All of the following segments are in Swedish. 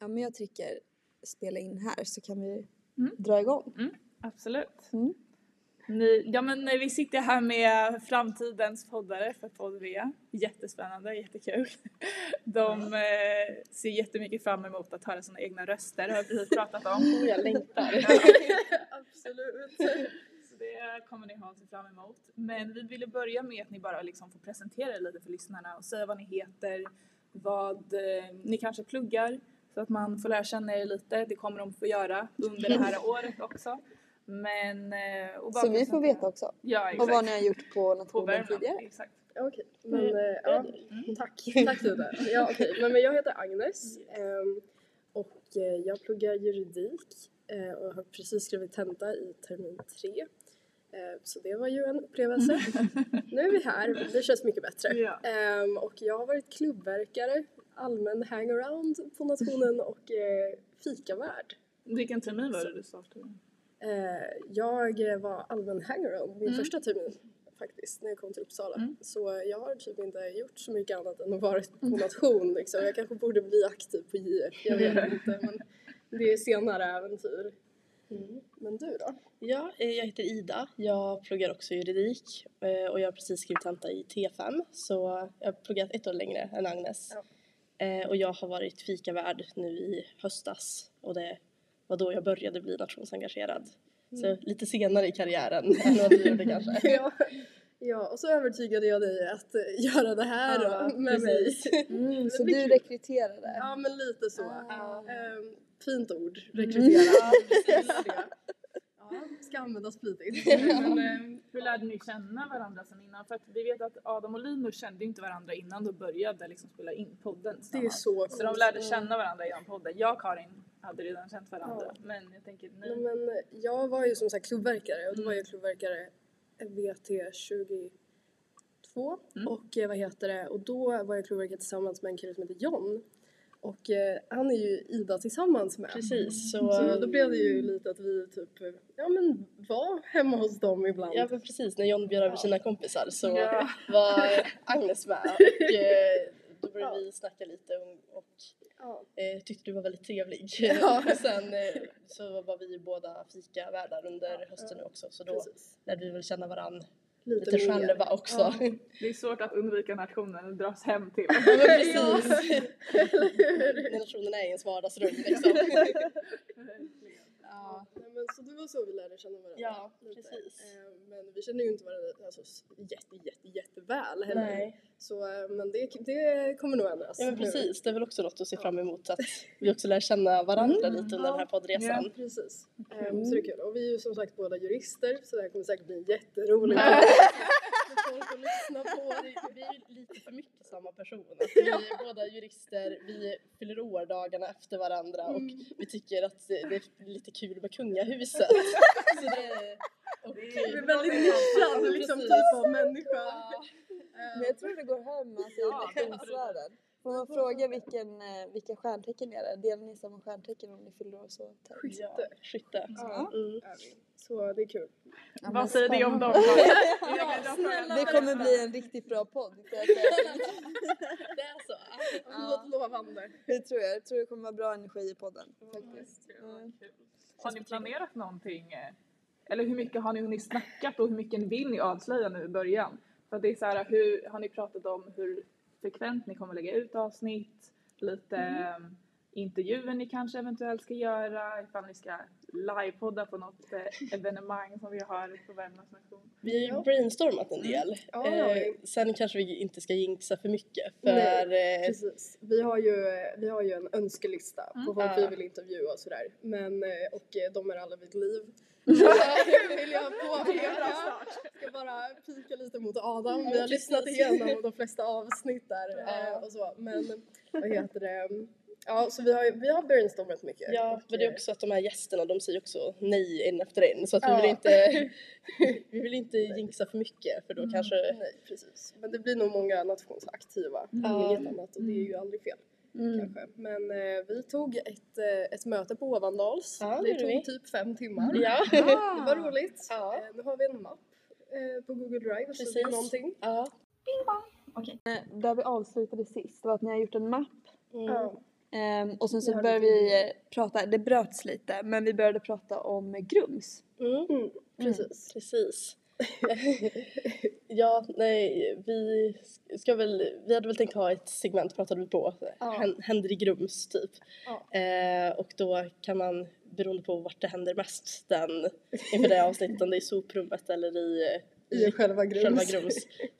men jag trycker spela in här så kan vi Mm. dra igång. Absolut. Mm. Ni, ja, men vi sitter här med framtidens poddare för podd V. Jättespännande, jättekul. De eh, ser jättemycket fram emot att höra sina egna röster, har vi precis pratat om. Och jag längtar. Absolut. Så det kommer ni ha sig fram emot. Men vi ville börja med att ni bara liksom får presentera er lite för lyssnarna och säga vad ni heter, vad eh, ni kanske pluggar så att man får lära känna er lite. Det kommer de få göra under det här året också. Men, eh, och bara Så vi får presentera- veta också. Ja, Och exakt. vad ni har gjort på på nationen Värmland. tidigare. Exakt. Okej, men eh, ja. Mm. Tack. Tack Ida. Ja, okej. Men, men jag heter Agnes ehm, och eh, jag pluggar juridik eh, och har precis skrivit tenta i termin tre. Eh, Så det var ju en upplevelse. Nu är vi här, det känns mycket bättre. Ja. Ehm, och jag har varit klubbverkare, allmän hangaround på nationen och eh, fikavärd. Vilken termin var det du startade? Mm. Eh, jag var allmän hangaround min Mm. första termin faktiskt när jag kom till Uppsala. Mm. Så jag har typ inte gjort så mycket annat än att vara på nation liksom. Jag kanske borde bli aktiv på JF, jag vet inte. Men det är senare äventyr. Men du då? Ja, eh, jag heter Ida. Jag pluggar också juridik eh, och jag har precis skrivit tenta i T5 så jag har pluggat ett år längre än Agnes. Ja. Eh, Och jag har varit fikavärd nu i höstas och det var då jag började bli nationsengagerad. Mm. Så lite senare i karriären än vad du gjorde kanske. ja. ja, och så övertygade jag dig att eh, göra det här Ja, då, med precis. mig. Mm, så blir du kul. rekryterade. Ja, men lite så. Ah. Ehm, fint ord, rekrytera. Mm. Ja, ska användas flitigt. Men, eh, hur lärde ni känna varandra sen innan? För att vi vet att Adam och Linus kände ju inte varandra innan de började liksom spela in podden Det är tillsammans. så Så de coolt. lärde känna varandra genom podden. Jag och Karin hade redan känt varandra. Men jag tänker Nej, ni... men eh, jag var ju som sagt klubbverkare och då var Mm. jag klubbverkare VT22 Mm. och eh, vad heter det och då var jag klubbverkare tillsammans med en kille som heter John och eh, han är ju Ida tillsammans med. Precis, Mm. så, Så eh, då blev det ju lite att vi typ, eh, ja men var hemma hos dem ibland. Ja men precis, när John bjöd över sina kompisar så Ja. var Agnes med och eh, då började Ja. vi snacka lite om- och Ja. eh, tyckte du var väldigt trevlig. Ja. och sen eh, så var vi båda fikavärdar under hösten nu också så då Precis. lärde vi väl känna varandra Lite, lite själva också. Ja. Ja. Det är svårt att undvika nationen och dras hem till. men precis. Relationerna är ens vardagsrum liksom. Ja. Nej, men så det var så vi lärde känna varandra. Ja, lite. precis. Eh, Men vi känner ju inte varandra alltså, s- jätte, jätte, jätteväl heller. Så, eh, men det, det kommer nog ändras. Mm. Ja men nu. precis, det är väl också något att se Ja. fram emot att vi också lär känna varandra Mm, lite under den här Ja. poddresan. Ja, precis. Ehm, så det är kul. Och vi är ju som sagt båda jurister så det här kommer säkert bli jätteroligt. Ja. För folk att lyssna på. Vi- Vi är ju lite för mycket samma person. Att vi är båda jurister, vi fyller år dagarna efter varandra och vi tycker att det är lite kul med kungahuset. Så det, och, Vi är väldigt nischad liksom, Precis. typ av människa. Ja, Men jag tror det går hem alltså, Ja, i nationsvärlden. Får man fråga vilken, eh, vilka stjärntecken det är? Delar ni samma stjärntecken om ni fyller år så? ja, skytte. Ja, Mm. är vi. Så det är kul. Ja, men Vad säger det om dem? Det kommer bli en riktigt bra podd. kan jag säga. Det är så. Ja. Något lovande. Det tror jag. Jag tror det kommer vara bra energi i podden. Faktiskt. Mm. Har ni planerat någonting? eh, Eller hur mycket har ni hunnit snackat och hur mycket vill ni avslöja nu i början? För att det är så här, hur har ni pratat om hur frekvent ni kommer lägga ut avsnitt? Lite eh, intervjuer ni kanske eventuellt ska göra ifall ni ska livepodda på något eh, evenemang som vi har på Värmlands nation. Vi har ju brainstormat en del. Ja, det har vi. Eh, sen kanske vi inte ska jinxa för mycket för eh, Precis. Vi har ju, vi har ju en önskelista på folk Mm. Ja. vi vill intervjua och sådär. Men, eh, och eh, de är alla vid liv. vill jag påpeka. Ska bara pika lite mot Adam. Vi har precis. lyssnat igenom de flesta avsnitt där Ja. eh, och så. Men vad heter det? Ja, så vi har, ju- vi har brainstormat mycket. Ja, men det är också att de här gästerna de säger också nej en efter en så att Ja. vi vill inte, vi vill inte jinxa för mycket för då kanske Mm, Nej, eh, precis. Men det blir nog många nationsaktiva om Ja. inget annat och det är Mm. ju aldrig fel. Kanske. Men eh, vi tog ett, eh, ett möte på Ovandals. Ja, det det gjorde tog vi. typ fem timmar. Ja. Det var roligt. Ja. Eh, nu har vi en mapp eh, på Google Drive. Så det är Precis. Mm. någonting. Ja. Eh, Där vi avslutade sist var att ni har gjort en mapp Mm. Ja. Ehm, och sen så Jag har började lite- vi eh, prata, det bröts lite, men vi började prata om grums. Mm, precis. precis. ja, nej, vi ska väl, vi hade väl tänkt ha ett segment pratade vi på, Ja. hän- händer i Grums typ. Ja. Eh, och då kan man, beroende på vart det händer mest, den, inför det avsnittet, om det är i soprummet eller i, I själva grums. själva Grums,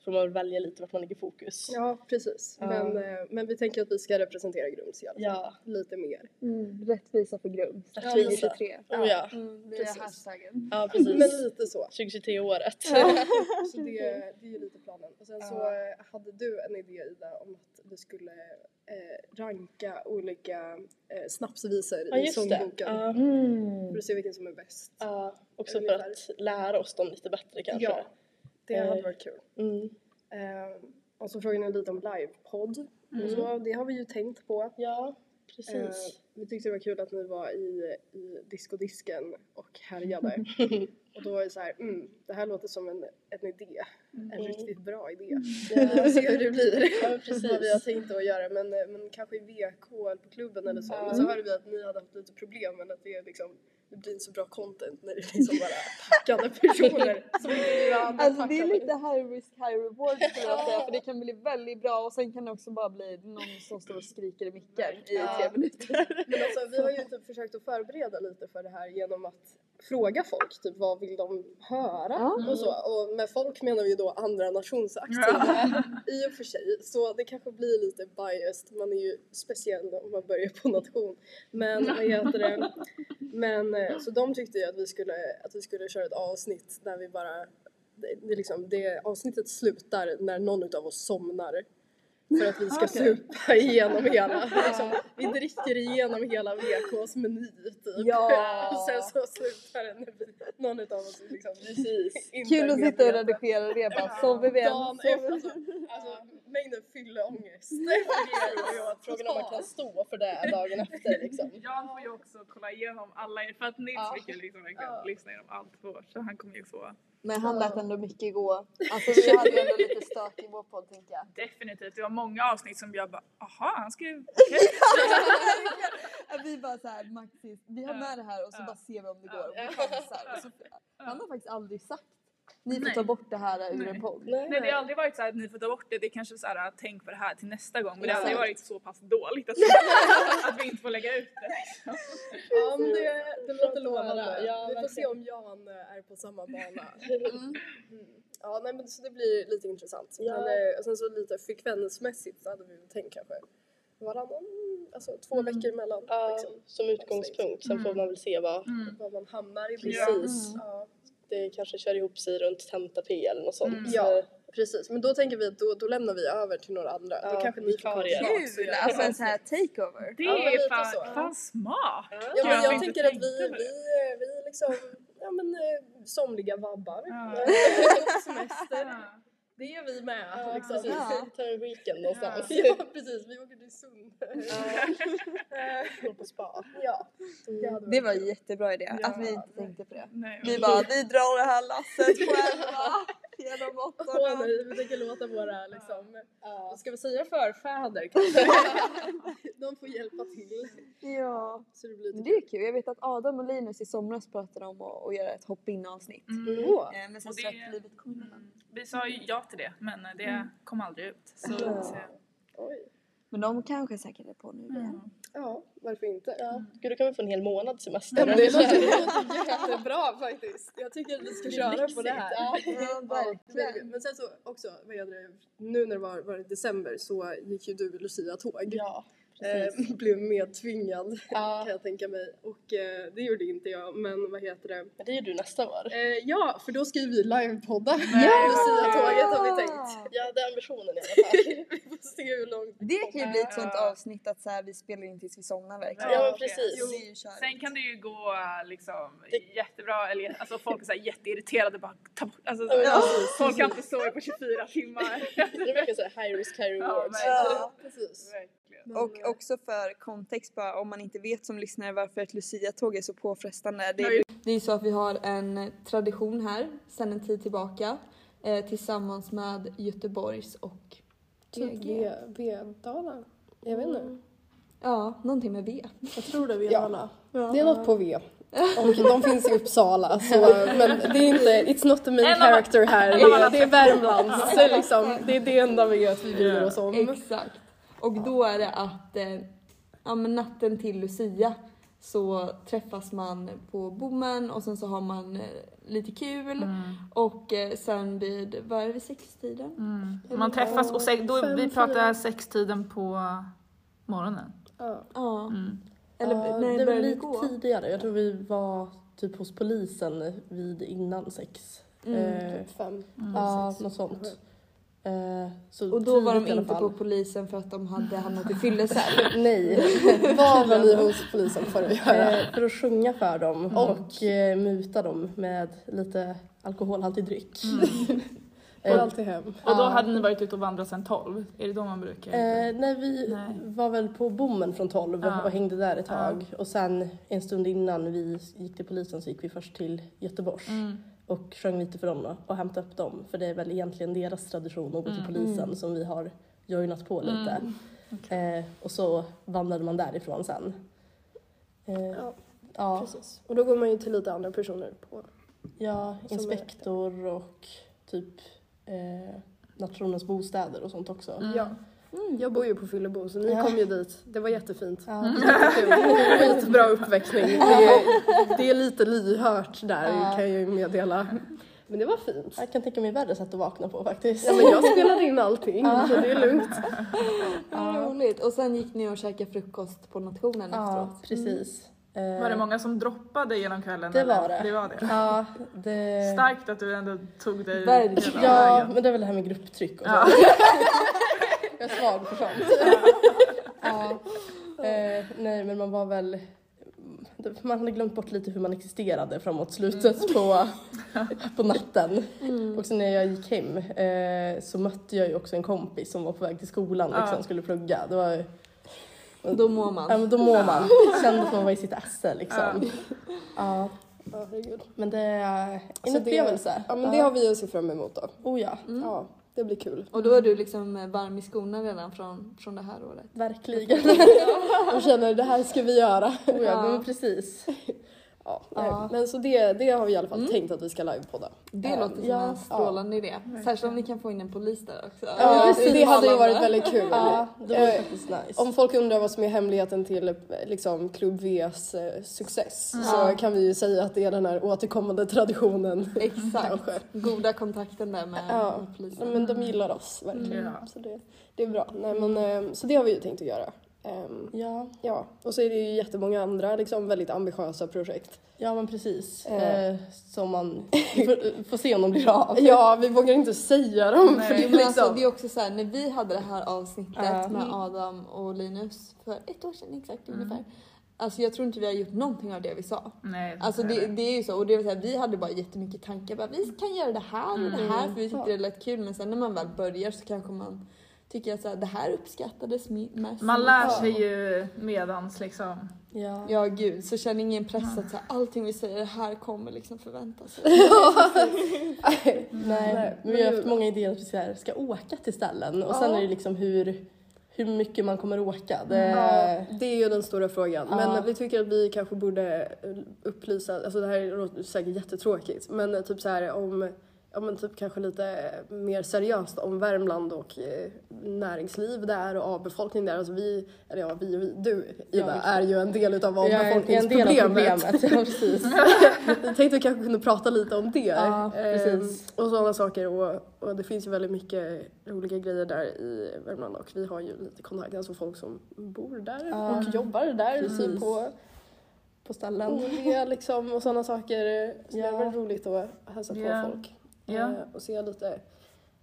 får man välja lite vart man lägger fokus. Ja, precis. Ja. Men, eh, men vi tänker att vi ska representera Grums i alla fall. Ja, Lite mer. Mm. Rättvisa för grums. Ja, 2023. oh, ja. Mm, via Precis. hashtaggen. ja precis. Men lite så. 2023-året. Så det, det är ju lite planen. Och sen så Ja. eh, hade du en idé Ida om att du skulle eh, ranka olika eh, snapsvisor Ja, i just det. sångboken. Ja. Mm. För att se vilken som är bäst. Ja, också för Ungefär. att lära oss dem lite bättre kanske. Ja, det Eh. hade varit kul. Mm. Eh, och så frågade ni lite om livepodd. Och så, det har vi ju tänkt på. Mm. Ja, Eh, precis. vi tyckte det var kul att ni var i, i diskodisken och härjade. och då var det så här, mm, det här låter som en, en idé. En Mm. riktigt bra idé. Vi får Ja, se hur det blir. ja, men precis. Eh, Vad vi har tänkt att göra men, eh, men kanske i VK eller på klubben eller så. Men så hörde vi att ni hade haft lite problem men att det är liksom det blir inte så bra content när det är liksom bara packade personer som inte blir andra Alltså det är packade. lite high risk high reward skulle jag säga för det kan bli väldigt bra och sen kan det också bara bli någon som står och skriker i micken i Ja. tre minuter. Men alltså, vi har ju typ försökt att förbereda lite för det här genom att fråga folk typ vad vill de höra Ja. och så. Och med folk menar vi ju då andra nationsaktiva Ja. i och för sig. Så det kanske blir lite biased. Man är ju speciell om man börjar på nation. Men vad heter det? Men eh, så de tyckte ju att vi skulle, att vi skulle köra ett avsnitt där vi bara det, det, är liksom, det avsnittet slutar när någon utav oss somnar. För att vi ska Okej. supa igenom hela. Liksom, vi dricker igenom hela VKs meny typ. Ja. Och sen så slutar det när vi, någon utav oss liksom, Precis. inte Kul att vet sitta och veta. redigera det bara. Sover vi än? Dagen Sover efter, vi alltså, alltså mängden fylleångest. Det är ju att Frågan om man kan stå för det dagen efter liksom. Jan får ju också kolla igenom alla er, för att Nils Ja. fick ju liksom verkligen Ja. lyssna igenom allt på så han kommer ju få Men han lät ändå mycket gå. Alltså vi hade ändå lite stök i vår podd tänker jag. definitivt, det var många avsnitt som jag bara aha han skrev Att Vi bara såhär Maxis, vi har med det här och så Ja. bara ser vi om det Ja. går. Och vi chansar. Alltså, Och så, han har faktiskt aldrig sagt ni får Nej. ta bort det här ur Nej. en podd. Nej det har aldrig varit så här att ni får ta bort det, det är kanske så här tänk på det här till nästa gång men det har aldrig Exakt. varit så pass dåligt att, att vi inte får lägga ut det. Ja, men det, det låter att höra. lovande. Ja, vi får se verkligen. om Jan eh, är på samma bana. Mm. Ja, nej, men så det blir lite intressant. Ja. Men, eh, och sen så lite frekvensmässigt så hade vi väl tänkt kanske varannan, alltså två veckor emellan. Mm. Ja, Liksom, Mm. som utgångspunkt. Sen får man väl se vad Mm. var man hamnar i. Precis. Ja. det kanske kör ihop sig runt tenta P eller något sånt. Mm. ja, precis. Men då tänker vi att då, då lämnar vi över till några andra. då Ja, kanske ni får komma vikarier. tillbaka och Kul! göra Alltså en avsnitt. sån här takeover. Det Ja, men är lite fan, så. fan smart! Ja, men Jag har jag inte tänker att tänkt vi, på det. vi, eh, vi liksom, ja men eh, somliga vabbar. Ja. Semester. Det är vi med. Ja, liksom. precis. Ja. Ta en weekend någonstans. Ja, precis. Vi åker till Sund. Gå på spa. ja, Mm. det hade Det varit var kul. en jättebra idé Ja. att vi inte tänkte på det. Nej, Vi bara, vi drar det här lasset själva genom Åh åttorna. nej, vi tänker låta våra liksom, Ja. ska vi säga förfäder kanske? De får hjälpa till. Ja. Så det blir Men lite Det är kul. Jag vet att Adam och Linus i somras pratade om att, att göra ett hopp in avsnitt. Mm. Åh, Eh, Men sen Och det- strök livet kom emellan. Mm. Vi sa ju ja till det men det kom aldrig ut. Så, Mm. Ja. så Oj. Men de kanske säkert är på nu mm. igen. Ja, varför inte? Ja. Gud, då kan vi få en hel månad semester. Ja, men det så här- låter jättebra faktiskt. Jag tycker att vi ska köra på det här. Ja. Ja, Ja, verkligen. Men sen så också, vad heter det, nu när det var, var det december så gick ju du Lucia-tåg. Ja, Eh, precis. blev medtvingad Ja. kan jag tänka mig. Och eh, det gjorde inte jag, men vad heter det? Men det är ju du nästa år. Eh, ja, för då ska ju vi livepodda. Ja! Lucia-tåget har vi tänkt. Ja, det är ambitionen i alla fall. Vi får se hur långt Det kan ju bli ett sånt Ja. avsnitt att så här, vi spelar in tills vi somnar verkligen. Ja, Ja, men precis. Jo. Det är ju körigt. Sen kan det ju gå äh, liksom jättebra, eller alltså folk är så här jätteirriterade bara ta bort, alltså, så här, Ja. folk har inte sovit på 24 timmar. Det är verkligen så här high risk, high reward. men- Ja. Precis. Verkligen. Och också för kontext bara, om man inte vet som lyssnare varför ett Lucia-tåg är så påfrestande. Det är, Nej. det är så att vi har en tradition här sedan en tid tillbaka eh, tillsammans med Göteborgs och Typ TG. Vedala. Jag vet inte. Ja, någonting med V. Jag tror det är Vedala. Ja. Det är något på V. Och de finns i Uppsala. Så, men det är inte, it's not the main character här. Det är, det är Värmland. Så liksom, det är det enda vi vet vi bryr oss om. Exakt. Och då är det att eh, ja, men natten till Lucia så träffas man på bommen och sen så har man eh, lite kul Mm. Mm, och eh, sen vid, vad är det, vid sextiden? mm. Man träffas och sex, då Mm. Fem, vi fyra. pratar sextiden på morgonen. Ja. Ja. Mm. Eller Ja, när det var börjar vi lite gå? tidigare. Jag tror vi var typ hos polisen vid innan sex. Mm. Eh, Fem. Ja, något sånt. Eh, så Och då var de tidigt i alla inte fall. på polisen för att de hade hamnat i fyllecell. Nej. Vad var ni hos polisen för att göra? Eh, för att sjunga för dem och eh, muta dem med lite alkoholhaltig dryck. Eh, Går alltid hem. Och då Mm. Ja. hade ni varit ute och vandrat sedan 12? Är det då man brukar? Eh, nej, vi Nej. var väl på bommen från 12 Ja. och hängde där ett tag. Och sen en stund innan vi gick till polisen så gick vi först till Göteborg Mm. och sjöng lite för dem då, och hämtade upp dem. För det är väl egentligen deras tradition att gå Mm. till polisen som vi har joinat på lite. Eh, och så vandrade man därifrån sen. Eh, Ja. ja. Ja, Precis. Och då går man ju till lite andra personer på. inspektor och typ eh, nationens bostäder och sånt Mm. också. Ja. Mm, Jag bor ju på Fyllebo så ni Ja. kom ju dit. Det var jättefint. Ja. Skitbra uppväxling. Det är, det är lite lyhört där Ja. kan jag ju meddela. Men det var fint. Jag kan tänka mig värre sätt att vakna på faktiskt. Ja, men jag spelade in allting så det är lugnt. Vad roligt. Och sen gick ni och käkade frukost på nationen Ja, efteråt. precis. Eh, Var det många som droppade genom kvällen? Det eller? var det. det, var det. Ja, det... Starkt att du ändå tog dig Verkligen. hela Ja, vägen. men det är väl det här med grupptryck och så. Ja. Jag är svag för sånt. ja. eh, nej, men man var väl... Man hade glömt bort lite hur man existerade framåt slutet på, på natten. Mm. Och sen när jag gick hem eh, så mötte jag ju också en kompis som var på väg till skolan och Ja. liksom, skulle plugga. Det var, Då mår ja, man. men då mår man. Kände att man var i sitt esse liksom. Ja. Ja, herregud. Men det är en Så Alltså, det- upplevelse. Ja, men det har vi att se fram emot då. Mm. Oh ja, Ja, det blir kul. Och då är du liksom eh, varm i skorna redan från, från det här året. verkligen. Jag känner det här ska vi göra. Oh ja, men precis. Mm. Ja, Ja. nej. Men så det, det har vi i alla fall tänkt att vi ska livepodda. Det Eh, låter som ja, en strålande idé. Särskilt om ni kan få in en polis där också. Ja, precis. det hade ju varit väldigt kul. Ja, det var Eh, faktiskt nice. Om folk undrar vad som är hemligheten till eh, liksom, Klubb Vs eh, success så kan vi ju säga att det är den här återkommande traditionen. Exakt. Kanske. Goda kontakten där med, Ja. med Ja, polisen. Men de gillar oss verkligen. Ja. Så det, det är bra. Nej, men, eh, så det har vi ju tänkt att göra. Ehm, Mm. Ja, ja, och så är det ju jättemånga andra liksom, väldigt ambitiösa projekt. ja men precis. Eh. Eh, som man vi får, får se om de blir av. Ja, vi vågar inte säga dem. Nej. För det, är Men liksom, alltså, det är också så här, när vi hade det här avsnittet Ja. med Adam och Linus för ett år sedan exakt ungefär. Alltså jag tror inte vi har gjort någonting av det vi sa. Nej, Alltså det, det är ju så, och det vill säga, vi hade bara jättemycket tankar. Bara, vi kan göra det här och det här för vi tyckte det lät kul men sen när man väl börjar så kanske man tycker att så här, det här uppskattades mi- mest. Man lär sig ju medans liksom. Ja. Ja gud, så känner ingen press att så här, allting vi säger här kommer liksom förväntas. Nej. men vi har haft många idéer att vi ska, ska åka till ställen och sen är det liksom hur, hur mycket man kommer åka. Det, ja, det är ju den stora frågan. Ja. Men vi tycker att vi kanske borde upplysa, alltså det här låter säkert jättetråkigt, men typ så här om Ja men typ kanske lite mer seriöst om Värmland och eh, näringsliv där och avbefolkning där. Alltså vi, eller ja vi och vi, du Ida visst. är ju en del utav Jag är en- en del avbefolkningsproblemet. av problemet. Ja, precis. Jag tänkte vi kanske kunde prata lite om det. Ja, precis. Ehm, och sådana saker. Och, och det finns ju väldigt mycket roliga grejer där i Värmland och vi har ju lite kontakt, alltså folk som bor där Ja. och jobbar där Precis. typ på På ställen. OV liksom och sådana saker. Så det Ja. är väldigt roligt att hälsa på Ja. folk Ja. Ehm, och se lite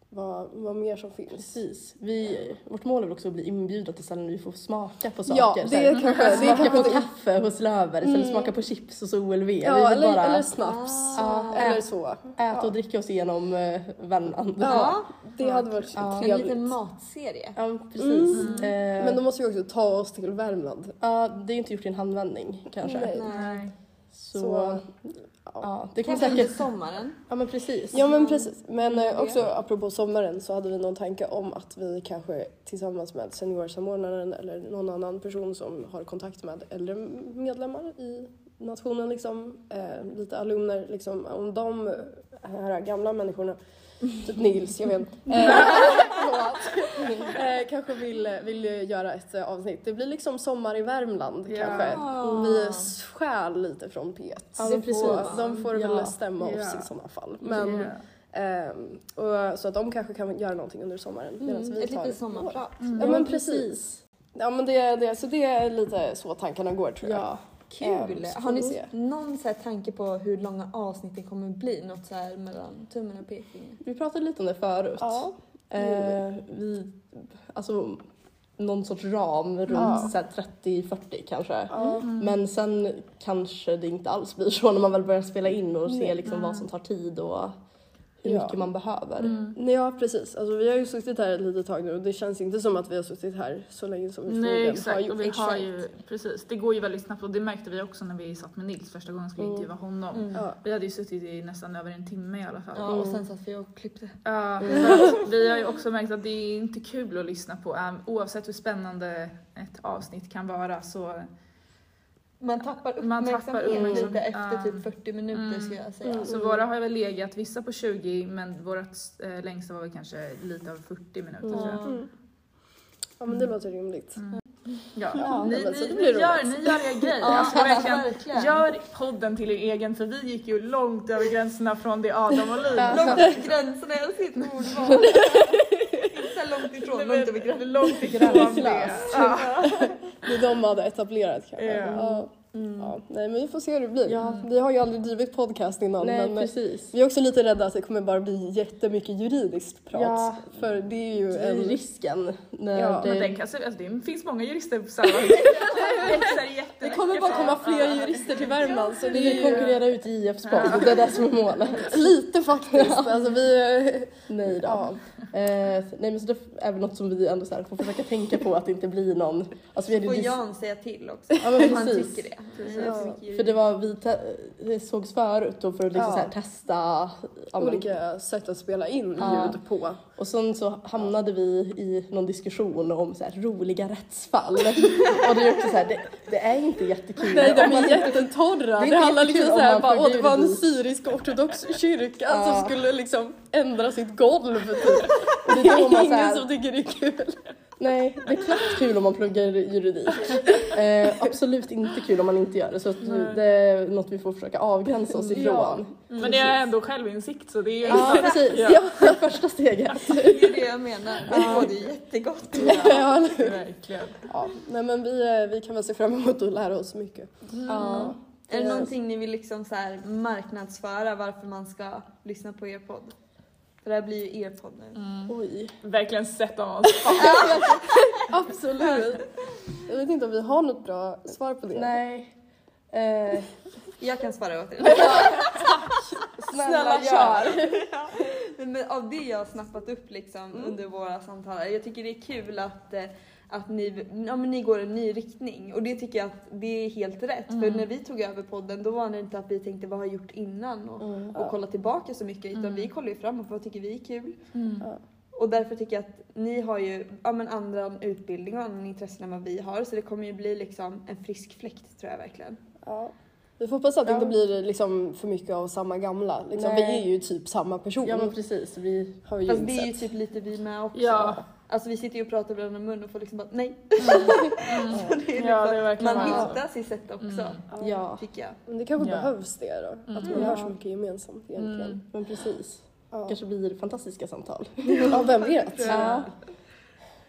vad, vad mer som finns. Precis. Vi, vårt mål är väl också att bli inbjudna till ställen där vi får smaka på saker. Ja, Så det här, är kanske... Det är smaka kanske Mm. på kaffe hos Löfbergs eller smaka på chips hos OLV. vi ja, vill eller, bara eller snaps. Ja, Eller ät- så. äta och dricka oss igenom eh, Värmland. Ja, det hade varit Ja. En trevligt. Mm. liten matserie. Ja, precis. Mm. Eh, Men då måste vi också ta oss till Värmland. ja, det är inte gjort i en handvändning kanske. Nej. Nej. Så, Så- Ja, det kommer kanske säkert- under sommaren. ja men precis. Ja men precis. Men eh, det. också apropå sommaren så hade vi någon tanke om att vi kanske tillsammans med seniorsamordnaren eller någon annan person som har kontakt med äldre medlemmar i nationen liksom, eh, lite alumner liksom, om de här gamla människorna, typ Nils, jag vet eh, förlåt, eh, kanske vill, vill göra ett eh, avsnitt. Det blir liksom sommar i Värmland Ja. kanske. Vi stjäl lite från P1. Ja, men precis. Så de får Ja. väl stämma oss Ja. i sådana fall. Men, ehm, och, så att de kanske kan göra någonting under sommaren medan Mm, vi ett tar litet sommarprat. Mm. Ja men precis. Ja men det, det, så det är lite så tankarna går tror jag. Ja. Kul! Ehm, så Har får vi ni se. någon så här tanke på hur långa avsnitten kommer bli? Något så här mellan tummen och pekfingret? Vi pratade lite om det förut. Ja. Eh, vi, alltså någon sorts ram runt Ja. så här 30-40 kanske. Ja. Mm. Men sen kanske det inte alls blir så när man väl börjar spela in och ser Nej. liksom vad som tar tid och hur Ja. mycket man behöver. Mm. Nej, ja precis. Alltså, vi har ju suttit här ett litet tag nu och det känns inte som att vi har suttit här så länge som vi Nej förmodligen har exakt gjort. och vi har Exakt. ju, precis, det går ju väldigt snabbt och det märkte vi också när vi satt med Nils första gången och skulle Mm. intervjua honom. Ja. Vi hade ju suttit i nästan över en timme i alla fall. Ja, och sen satt vi och klippte. Ja, för Mm. att vi har ju också märkt att det är inte kul att lyssna på äm, oavsett hur spännande ett avsnitt kan vara så Man tappar uppmärksamhet, Man tappar uppmärksamhet, lite efter ja. typ 40 minuter Mm. skulle jag säga. Så våra har väl legat, vissa på 20 men vårt eh, längsta var väl kanske lite över 40 minuter tror jag. Mm. Mm. ja men det låter rimligt. Ja. Ja, ni, men så ni, det ni, blir gör, roligt. ni gör er grej. Ja, alltså, verkligen, verkligen. Gör podden till er egen för vi gick ju långt över gränserna från det Adam och Liv. Långt över gränsen är sitt ordval. Inte långt ifrån, långt över gränsen. Långt ifrån det. Klass. Ja. Det de hade etablerat kanske. Ja. Ja. Mm. Ja. Nej men vi får se hur det blir. Mm. Ja. Vi har ju aldrig drivit podcast innan Nej men eh, precis. vi är också lite rädda att det kommer bara bli jättemycket juridiskt prat. Ja. För det är ju Det är en... risken när Ja, det, Men den kan, alltså, det finns många jurister på samma Det, Det kommer bara komma fler jurister till Värmland så det är vi ju konkurrerar ut IFs podd. Det är det som är målet. lite faktiskt. Alltså vi... Nej då. Ja. Eh, nej men så det är väl något som vi ändå så här får försöka tänka på att det inte blir någon... Alltså vi hade Får dis- Jan säga till också Ja men om han precis. tycker det. Ja. För det var vi te- det sågs förut då för att liksom Ja. så här testa. ja, men- Olika sätt att spela in Ja. ljud på. Och sen så hamnade vi i någon diskussion om så här roliga rättsfall. och det är också så här, det, det är inte jättekul. Nej de Om man- är jättetorra. Det är Det handlar jättekul liksom om såhär man bara åh det var en förbjuder- syrisk ortodox kyrka Ja. som skulle liksom ändra sitt golv typ. det är då man så Ingen här, som tycker det är kul. Nej, det är knappt kul om man pluggar juridik. Eh, absolut inte kul om man inte gör det. Så att det är något vi får försöka avgränsa oss ifrån. Men det är ändå självinsikt så det är ju Ja, precis. Ja. Ja. Det är första steget. Det är det jag menar. Vi mådde ju jättegott. Ja, eller hur? verkligen. ja. Nej men vi, eh, vi kan väl se fram emot att lära oss mycket. Ja. Mm. Är det någonting ni vill liksom så här marknadsföra varför man ska lyssna på er podd? För det här blir ju er podd nu. Mm. Oj. Verkligen sett om oss. Absolut. Jag vet inte om vi har något bra svar på det. Nej. Eh, Jag kan svara åt er. Snälla kör. Men av det jag har snappat upp liksom under våra samtal. Jag tycker det är kul att, eh, att ni, ja, men ni går en ny riktning och det tycker jag att det är helt rätt. För när vi tog över podden då var det inte att vi tänkte vad har jag gjort innan och, Mm. och kolla tillbaka så mycket utan vi kollar ju framåt vad tycker vi är kul. Ja. Och därför tycker jag att ni har ju ja, men annan utbildning och annan intressen än vad vi har så det kommer ju bli liksom en frisk fläkt tror jag verkligen. Ja. Vi får hoppas att det Ja. inte blir liksom för mycket av samma gamla. Liksom, vi Nej. är ju typ samma person. ja men precis. Vi har vi ju Fast det är ju insett. typ lite vi med också. Ja. Mm. Alltså vi sitter ju och pratar med varandra i munnen och får liksom bara nej. Så det är Ja, det är liksom- verkligen Mm. man så. hittar sitt sätt också Ja, tycker jag. Men det kanske Ja. behövs det då. Att man Ja. har så mycket gemensamt egentligen. men precis. Ja. Kanske blir fantastiska samtal. ja, vem vet? Ja.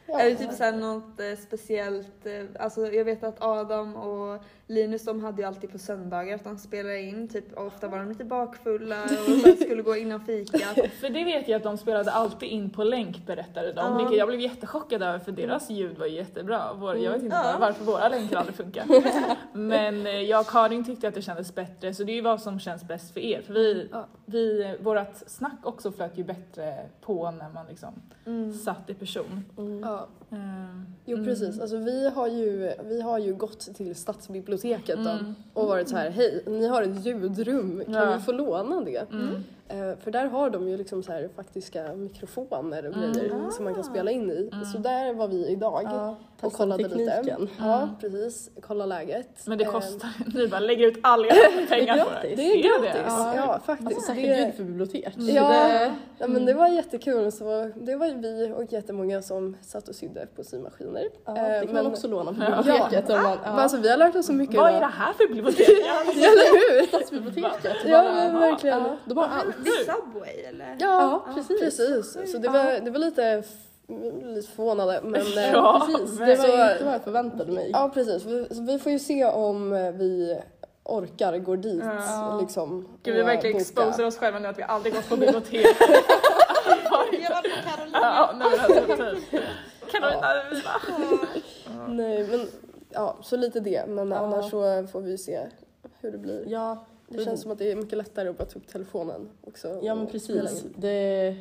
Ja. Är det typ såhär något eh, speciellt, eh, alltså jag vet att Adam och Linus de hade ju alltid på söndagar att de spelade in typ och ofta var de lite bakfulla och de skulle gå in och fika. För det vet jag att de spelade alltid in på länk berättade de, Ja. vilket jag blev jättechockad över för deras ljud var ju jättebra. Vår, jag vet inte Ja. bara varför våra länkar aldrig funkar. Men eh, jag och Karin tyckte att det kändes bättre så det är ju vad som känns bäst för er. För vi, Ja. vi, vårat snack också Mm. Mm. flöt ju bättre på när man liksom satt i person. Ja. Ehm, Jo precis, alltså, vi, har ju, vi har ju gått till stadsbiblioteket då, Mm. och varit så här, hej ni har ett ljudrum, kan Ja. vi få låna det? Mm. Eh, för där har de ju liksom så här faktiska mikrofoner och Mm. grejer som man kan Ah. spela in i. Mm. Så där var vi idag och kollade lite. tekniken. Mm. Ja precis, kolla läget. Men det Eh, kostar, ni bara lägger ut all era pengar på det. Det är Ser gratis, ja, faktiskt. Alltså det, Mm. särskilt ljud för bibliotek. Mm. Ja, ja, men det var jättekul. Så det var ju vi och jättemånga som satt och sydde på symaskiner. Eh, Ja, det kan men- man också låna på biblioteket. om man, Men Alltså, vi har lärt oss så mycket. Vad är idag. det här för bibliotek? Jag har aldrig Ja, eller hur? Stadsbiblioteket. Ja, men verkligen. Ja, de har allt. Det är Subway eller? Ja, precis. precis. Så det var, det var lite, f- lite förvånade. Men, eh, Ja, Precis, det men- var inte vad jag förväntade mig. ja, precis. Vi, så vi får ju se om eh, vi orkar gå dit. Ja. Liksom, Gud, vi och verkligen boka. exposar oss själva nu att vi aldrig gått på biblioteket. Jag var på Carolina. ja, nej, men alltså, typ. Carolina, vi bara... Nej, men ja, så lite det. Men annars så får vi ju se hur det blir. Ja, Det känns som att det är mycket lättare att bara ta upp telefonen också. ja men och spela precis. in. Det,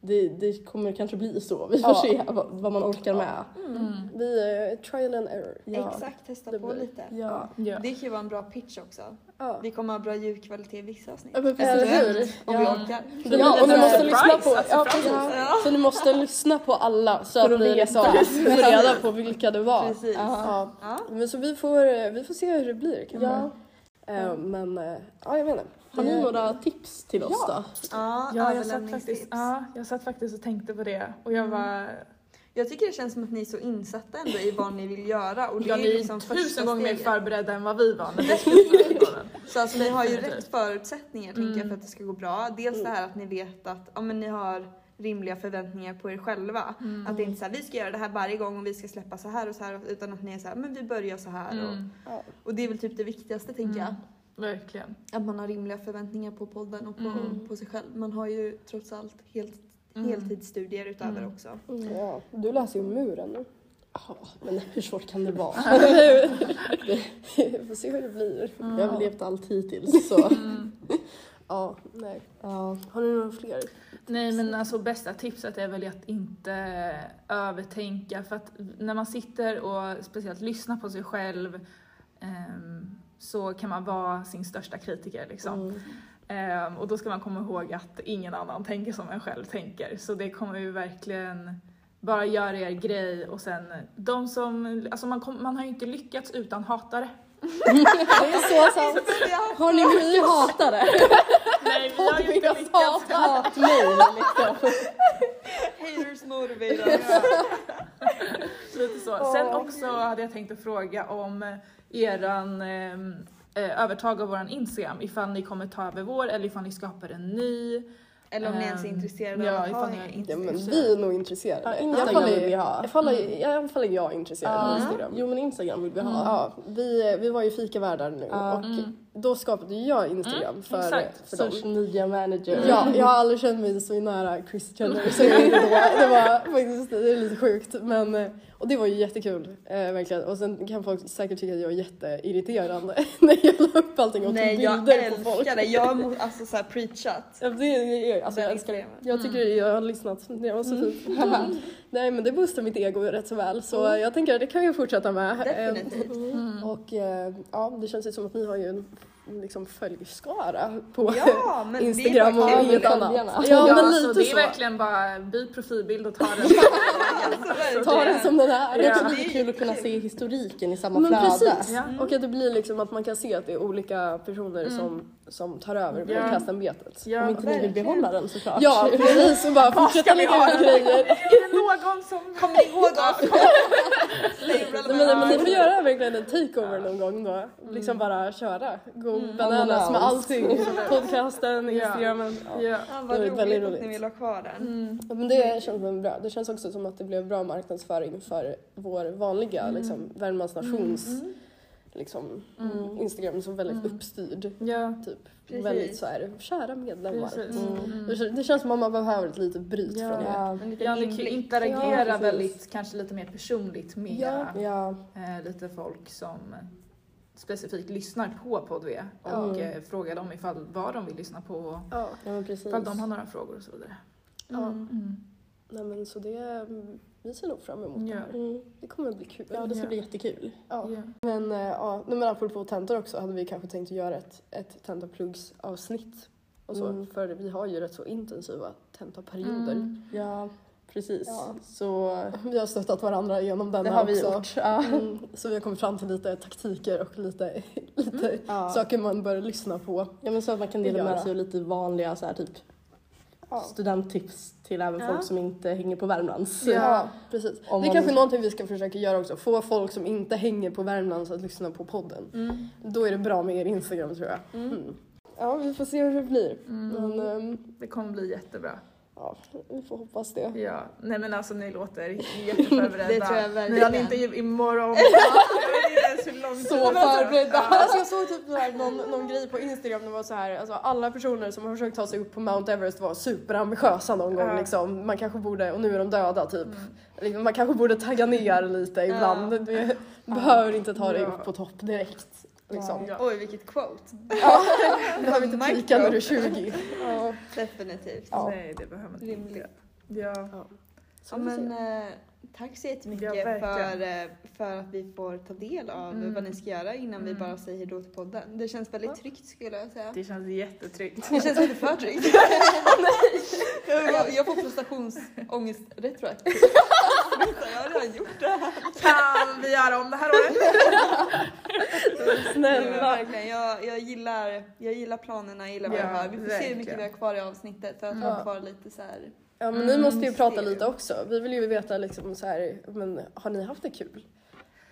det, det kommer kanske bli så. Vi får Ja. se vad, vad man orkar med. Mm. Mm. Vi är trial and error. Ja. Exakt, testa Det på blir- lite. Ja. Ja. Det kan ju vara en bra pitch också. Ja. Vi kommer ha bra ljudkvalitet i vissa avsnitt. Ja, men precis. Eller hur? Om vi Ja. orkar. Det blir lite och ni så här- måste lyssna på- Surprise, ja, att se fram emot. Ja. Så ni måste lyssna alltså. på alla så För att att ni veta. liksom får reda på vilka det var. Precis. Ja. Ja. Men så vi får, eh, vi får se hur det blir kanske. Ja. Eh, men eh, ja, jag vet inte. Eh, Har ni några tips till oss Ja. då? Ja, Ja, jag satt, överlämningstips. Mm. faktiskt, ja, jag satt faktiskt och tänkte på det och jag var Jag tycker det känns som att ni är så insatta ändå i vad ni vill göra. Och det ja, är ni är liksom första tusen gånger mer steget. förberedda än vad vi var när vi skulle spela in den. Så alltså, ni har ju Definitivt. rätt förutsättningar tänker jag för att det ska gå bra. Dels det här att ni vet att ja, men ni har rimliga förväntningar på er själva. Alltså, Att Mm. det inte är så här, vi ska göra det här varje gång och vi ska släppa så här och så här. Utan att ni är så här, men vi börjar så här. Mm, Och, och det är väl typ det viktigaste tänker jag. verkligen. Att man har rimliga förväntningar på podden och på, Mm. på sig själv. Man har ju trots allt helt, heltidsstudier utöver Mm. också. Mm. Ja, du läser ju muren nu. Ja, men hur svårt kan det vara? Vi får se hur det blir. Jag har väl levt allt hittills så. Mm. Ja, nej. Ja. Har ni några fler? Nej men alltså bästa tipset är väl att inte övertänka för att när man sitter och speciellt lyssnar på sig själv ehm, så kan man vara sin största kritiker liksom. Mm. Ehm, och då ska man komma ihåg att ingen annan tänker som en själv tänker. Så det kommer ju verkligen bara göra er grej och sen de som, alltså man, kom, man har ju inte lyckats utan hatare. Det är så sant. Har ni mycket hatare? Nej, vi har ju inte lyckats. Hatmejl liksom. Haters motivator. Lite så. Sen också hade jag tänkt att fråga om eran ehm, eh, övertag av våran Instagram, ifall ni kommer ta över vår eller ifall ni skapar en ny. Eller om ni ens är Ehm, intresserade ja, av att ifall ha ni- en Ja, men Instagram. vi är nog intresserade. I alla Instagram fall vill är- vi ha. I alla fall är- i alla fall är jag intresserad av Instagram. Jo men Instagram vill vi ha. Mm. Ja, vi, vi var ju fikavärldar nu och Mm. då skapade ju jag Instagram för, exakt. för dem. Social media manager. Ja, jag har aldrig känt mig så nära Christian eller så jag gjorde då. Det var faktiskt det är lite sjukt. Men, eh, och det var ju jättekul, eh, verkligen. Och sen kan folk säkert tycka att jag är jätteirriterande när jag la upp allting och Nej tog jag bilder på folk. älskar det. Jag har mo- alltså såhär preachat. Ja, det, är- alltså, jag Den älskar det. extremen. Jag tycker jag har lyssnat. Det var så fint. Nej men det boostar mitt ego rätt så väl så jag tänker att det kan jag fortsätta med. Definitivt. Eh, Och eh, ja, det känns ju som att ni har ju en liksom följskara på Ja, men det är Instagram bara och kul. inget Följarna. annat. Ja, men så lite Alltså, det är så. verkligen bara byt profilbild och ta den. Alltså, verkligen. Ta den som den är. Ja. Det är så kul att kunna se historiken i samma Men flöde. precis. Ja. Och att det blir liksom att man kan se att det är olika personer som, som tar över Ja. podcastämbetet. Om Ja. inte ni vill behålla den såklart. Ja, precis. Och bara fortsätta lägga ut grejer. Är det någon som Kommer ni ihåg oss? Stay Nej, men, men ni relevant. får göra verkligen en takeover någon gång då. Liksom bara köra. Go bananas med allting. Podcasten, Instagramen. Mm. Ja. Ja. Mm, Ja, Det vad var väldigt roligt Mm. att roligt. ni vill ha kvar den. Ja, Men det känns väl bra. Det känns också som att det blev bra marknadsföring för vår vanliga liksom, Värmlands nations mm. liksom, Instagram som är väldigt uppstyrd. Ja. Typ. Precis. Väldigt så här, kära medlemmar. Precis. Mm. Det kän- Det känns som att man behöver ett litet bryt Ja. från det. Ja. En liten Ja, ni kan Mm. ju inblick. interagera Ja, precis. väldigt, kanske lite mer personligt med Ja. eh, lite folk som specifikt lyssnar på podd V och eh, frågar dem ifall vad de vill lyssna på och Ja. ja, men precis. ifall de har några frågor och så vidare. Ja. Mm. Nej men så det, mm, vi ser nog fram emot det Ja. här. Mm. Det kommer att bli kul. Ja, det ska Ja. bli jättekul. Ja. Men, eh, ja, nej, men apropå tentor också hade vi kanske tänkt att göra ett, ett tentaplugsavsnitt. Och så, Mm. För vi har ju rätt så intensiva tentaperioder. Mm. Ja, precis. Ja. Så Vi har stöttat varandra genom denna det har vi också. gjort. Ja. Mm, så vi har kommit fram till lite taktiker och lite, Mm. lite Ja. saker man bör lyssna på. ja, men så att man kan dela Göra. med sig av lite vanliga så här, typ Ja. studenttips till även folk som inte hänger på Värmlands. Ja, precis. Om det är man- kanske är någonting vi ska försöka göra också. Få folk som inte hänger på Värmlands att lyssna på podden. Då är det bra med er Instagram tror jag. Mm. Ja, vi får se hur det blir. Men ehm, Mm. Det kommer bli jättebra. ja, vi får hoppas det. Ja. Nej men alltså ni låter jätteförberedda. Det tror jag verkligen. Ni hade intervju imorgon. jag vet inte ens hur lång tid Så det tar. förberedda. Alltså jag såg typ så här någon, någon grej på Instagram, det var så här, alltså alla personer som har försökt ta sig upp på Mount Everest var superambitiösa någon gång Ja. liksom. Man kanske borde, och nu är de döda typ. Liksom, Man kanske borde tagga ner lite ibland. Du behöver inte ta dig Ja. upp på topp direkt. Liksom. Ja. Oj vilket quote. Du behöver inte Mic pika när drop. du är 20. Ja. Definitivt. Ja. Nej det behöver man inte. Ja. Ja, men, eh, tack så jättemycket Ja, för, verkligen. eh, för att vi får ta del av Mm. vad ni ska göra innan vi Mm. bara säger hejdå till podden. Det känns väldigt tryggt skulle jag säga. Det känns jättetryggt. Det känns lite för tryggt. jag, jag får prestationsångest retroaktivt. jag har redan gjort det. Kan vi göra om det här året? Nej, men verkligen. Jag, jag, gillar, jag gillar planerna, jag gillar vad Ja, jag har. Vi får se hur mycket verkligen. vi har kvar i avsnittet för att Ja. ha kvar lite så här. Ja, men ni måste ju prata lite också. Vi vill ju veta liksom så här, men har ni haft det kul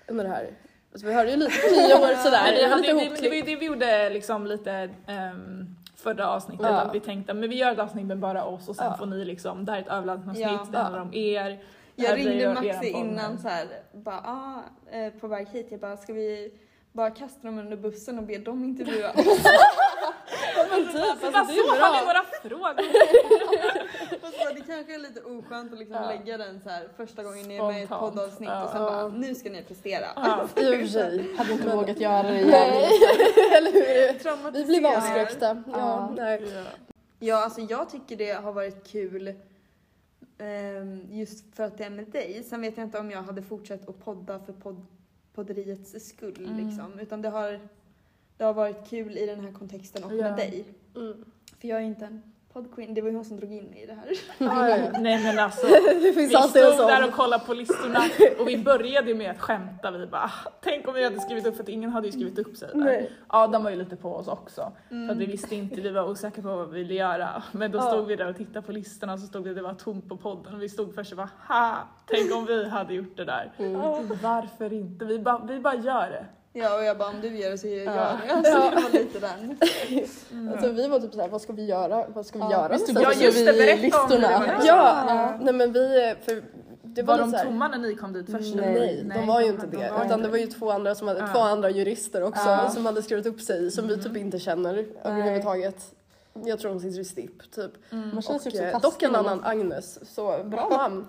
under det här? Alltså, vi hörde ju lite på nyår sådär. det, var lite det, vi- det, hopklipp. vi- det vi gjorde liksom lite ehm, förra avsnittet Ja. att vi tänkte men vi gör ett avsnitt med bara oss och sen Ja. får ni liksom, det här är ett överlandsavsnitt, Ja. det handlar om er. Jag Här blir ringde er- Maxi er podd. innan så här, bara, ah, eh, på väg hit. Jag bara, ska vi bara kasta dem under bussen och be dem intervjua oss? typ, Vad alltså, så har ni våra frågor? Och så bara, det kanske är lite oskönt att liksom Ja. lägga den så här första gången ni är med i ett Spontant. poddavsnitt Ja. och sen bara, nu ska ni prestera. Ja. I och för sig. Hade inte vågat göra det igen. Nej, eller hur? Vi blev Traumatiserad. avskräckta. Ja, Ja. nej. Ja, alltså jag tycker det har varit kul ehm, just för att det är med dig. Sen vet jag inte om jag hade fortsatt att podda för podd, podderiets skull Mm. liksom. Utan det har, det har varit kul i den här kontexten och Ja. med dig. Mm. För jag är inte en poddqueen. Det var ju hon som drog in mig i det här. Nej men alltså. Det Vi finns stod alltid en sån. där och kollade på listorna och vi började ju med att skämta. Vi bara, "Ah, tänk om vi hade skrivit upp, för att ingen hade ju skrivit upp sig där. Nej. Mm. Adam var ju lite på oss också. För att vi Mm. visste inte, vi var osäkra på vad vi ville göra. Men då stod vi där och tittade på listorna och så stod det det var tomt på podden. Och vi stod först och bara, ha, tänk om vi hade gjort det där. Mm. Varför inte? Vi bara, vi bara gör det. Ja, och jag bara om du gör det så gör jag Ja. det. Alltså, det var lite den. Mm. Alltså, vi var typ såhär, vad ska vi göra? Vad ska vi göra? visst, Sen Ja så- Alltså, just det, vi berätta om hur det. listorna. var. liksom- ja. nej men vi, för det var, Var de lite så här- tomma när ni kom dit typ först? Nej, de var ju inte de det. var utan inte det var ju två andra, som hade, Ja. två andra jurister också Ja. Mm. som hade skrivit upp sig som vi typ inte känner överhuvudtaget. Jag tror de sitter i STIP typ. Mm. Man känner sig Och, också eh, taskig dock en när man- annan Agnes, så bra namn.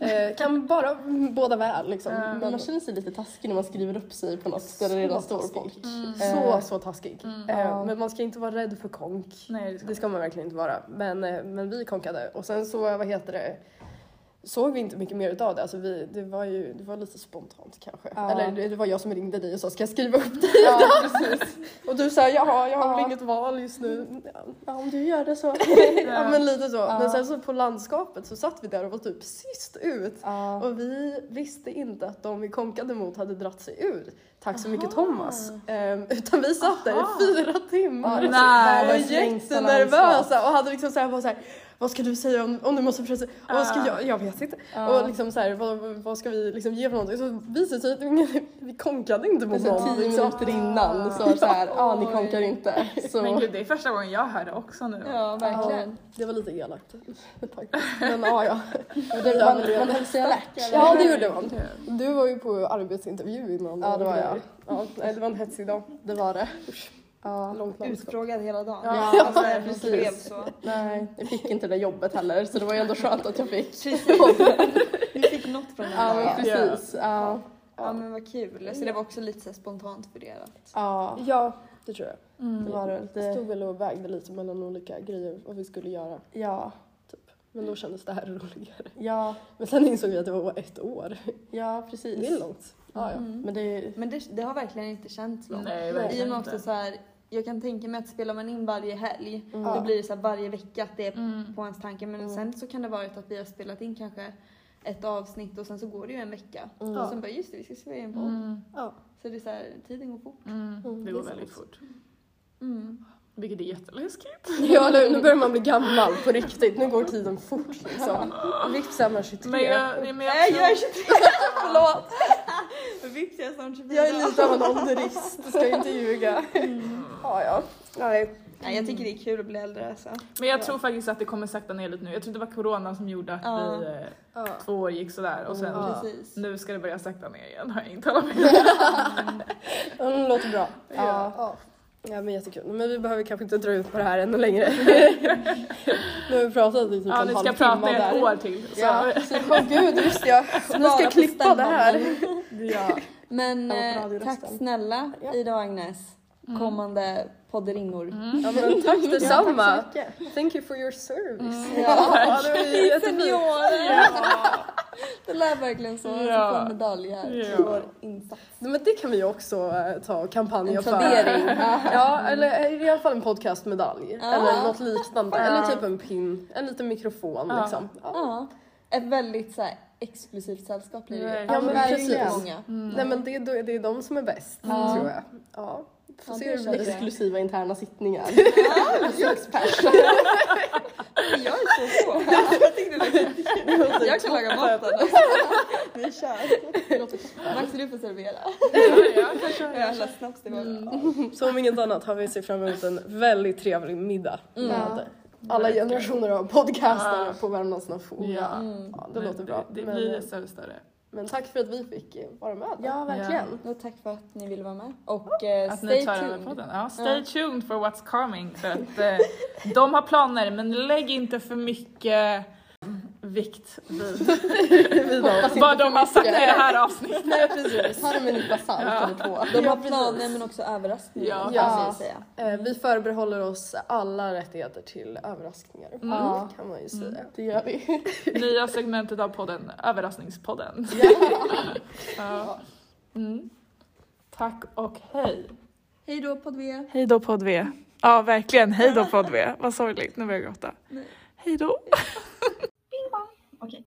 Eh, kan bara mm, båda väl liksom. Ja. Men, Man känner sig lite taskig när man skriver upp sig på något ställe där det redan står taskig. folk. Mm. så, så taskig. Eh, Ja. men man ska inte vara rädd för konk. Nej, det ska Det ska man verkligen inte vara. Men, eh, men vi konkade och sen så, vad heter det, såg vi inte mycket mer utav det. Alltså vi, det, var ju, det var lite spontant kanske. Ja. Eller det, det var jag som ringde dig och sa ska jag skriva upp dig? Ja, precis. Och du sa jaha, jag har väl Ja. inget val just nu. Ja, om du gör det så. ja Ja. men lite så. Men Ja. sen så på landskapet så satt vi där och var typ sist ut. Ja. Och vi visste inte att de vi konkade mot hade dratt sig ur. Tack så mycket Thomas. Ehm, utan vi satt där i fyra timmar Ja, och var världens längsta jättenervösa landskap. och hade liksom så här, var så här, vad ska du säga om, om du måste pressa? Och vad ska jag, jag vet inte. Och liksom så här, vad, vad ska vi liksom ge för någonting? Så visade det sig att ingen, vi konkade inte mot Så någon. tio Liksom. minuter innan så var det såhär, ja ah, ni konkar inte. Men Så. gud, det är första gången jag hör det också nu. Ja, verkligen. Det var lite elakt faktiskt. Men ja, ja. Det, man, man höll sig alert. Ja, det gjorde man. Du var ju på arbetsintervju innan. Ja, det var jag. Ja, nej, det var en hetsig dag. Det var det. Ja. Långt landskap. Utfrågad hela dagen. Ja, alltså, precis. det blev så. Nej, jag fick inte det jobbet heller så det var ju ändå skönt att jag fick. Du fick något från den Ja, men dagen. precis. Ja. Ja men vad kul. Så det var också lite så här spontant fördelat. Ja. Mm, Ja, det tror jag. Mm. Det var det. Stod väl och vägde lite mellan olika grejer vad vi skulle göra. Ja. Typ. Men då kändes det här roligare. Ja, Men sen insåg jag att det var ett år. ja precis. Det är långt. Ja, ja. Mm. Men det är Men det, det har verkligen inte känts långt. Nej, I och verkligen med också inte. så här, jag kan tänka mig att spelar man in varje helg då Ja. blir det så här varje vecka att det är Mm. på ens tanke. Men sen så kan det vara att vi har spelat in kanske ett avsnitt och sen så går det ju en vecka. Mm. Och sen bara just det, vi ska spela in på. Mm. Ja. Så det är så här, tiden går fort. Mm. Det går det är väldigt sant. fort. Mm. Vilket är jätteläskigt. Ja, nu, nu börjar man bli gammal på riktigt. Nu går tiden fort liksom. Vips är man 23. Men jag, nej, men jag Nej, jag är tror, 23! Förlåt! Vips, jag är snart 24. Jag är lite av en ålderist, ska jag inte ljuga. Ja, ja. Nej. Nej, jag tycker det är kul att bli äldre alltså. men jag tror faktiskt att det kommer sakta ner lite nu. Jag tror det var corona som gjorde att Ja. vi eh, Ja. två år gick sådär och sen Ja. Precis. nu ska det börja sakta ner igen har jag intalat mig. Ja, Det Mm, låter bra. Ja. Ja. Ja men jättekul. Men vi behöver kanske inte dra ut på det här ännu längre. nu har vi pratat i typ Ja, en ni halv ska timme prata i där. ett år till. Så. Ja, precis. Åh gud, just det. Jag Spara nu ska på jag klippa det här. ja. Men Jag var på eh, radiorösten. tack snälla Ja. Ida och Agnes. Kommande podderingor. Ja, men tack detsamma. Tack så mycket. Thank you for your service. Mm. Ja. Ja, det var ju jättefint. Det lär verkligen så. Jag Ja. ska få en medalj här Ja. för vår insats. Nej, Men det kan vi ju också eh, ta och kampanja En för. tradering. Ja, eller eh, i alla fall en podcastmedalj. Ja. Eller något liknande. Ja. Eller typ en pin. En liten mikrofon Ja. liksom. Ja. Ja. Ett väldigt så här, exklusivt sällskap blir det ju. Ja, men Verkligen precis. Många. Nej men det, är då- det är de som är bäst tror jag. Ja. Får Ja, se det hur det blir. känns bra. Exklusiva interna sittningar. Sex pers. Jag är så på. Jag tyckte det var kul. Jag kan laga maten. Vi kör. Max, du får servera. Jag har snaps till varandra. Så om inget annat har vi sett fram emot en väldigt trevlig middag. Med alla Verkligen. generationer av podcastare Ja. på Värmlands nation. Ja. Mm. Ja, det låter bra. Det, det men, blir större och större. men tack för att vi fick eh, vara med. Ja, verkligen. Och tack för att ni ville vara med. Och eh, Att stay ni tar över tuned. podden. Ja, stay tuned for what's coming. För att eh, de har planer men lägg inte för mycket vikt vid Vi då. vad de har sagt i det här avsnittet. Nej precis. Ta det med en nypa salt eller två. De har planer men också överraskningar. Ja. kan Ja. man säga. Eh, Vi förbehåller oss alla rättigheter till överraskningar. Ja. Kan man ju säga. det gör vi. Nya segmentet av podden, överraskningspodden. ja. mm. Tack och hej. Hej då podd V. Hej då podd V. Ja verkligen, hej då podd V. Vad sorgligt, nu börjar jag gråta. Hej då.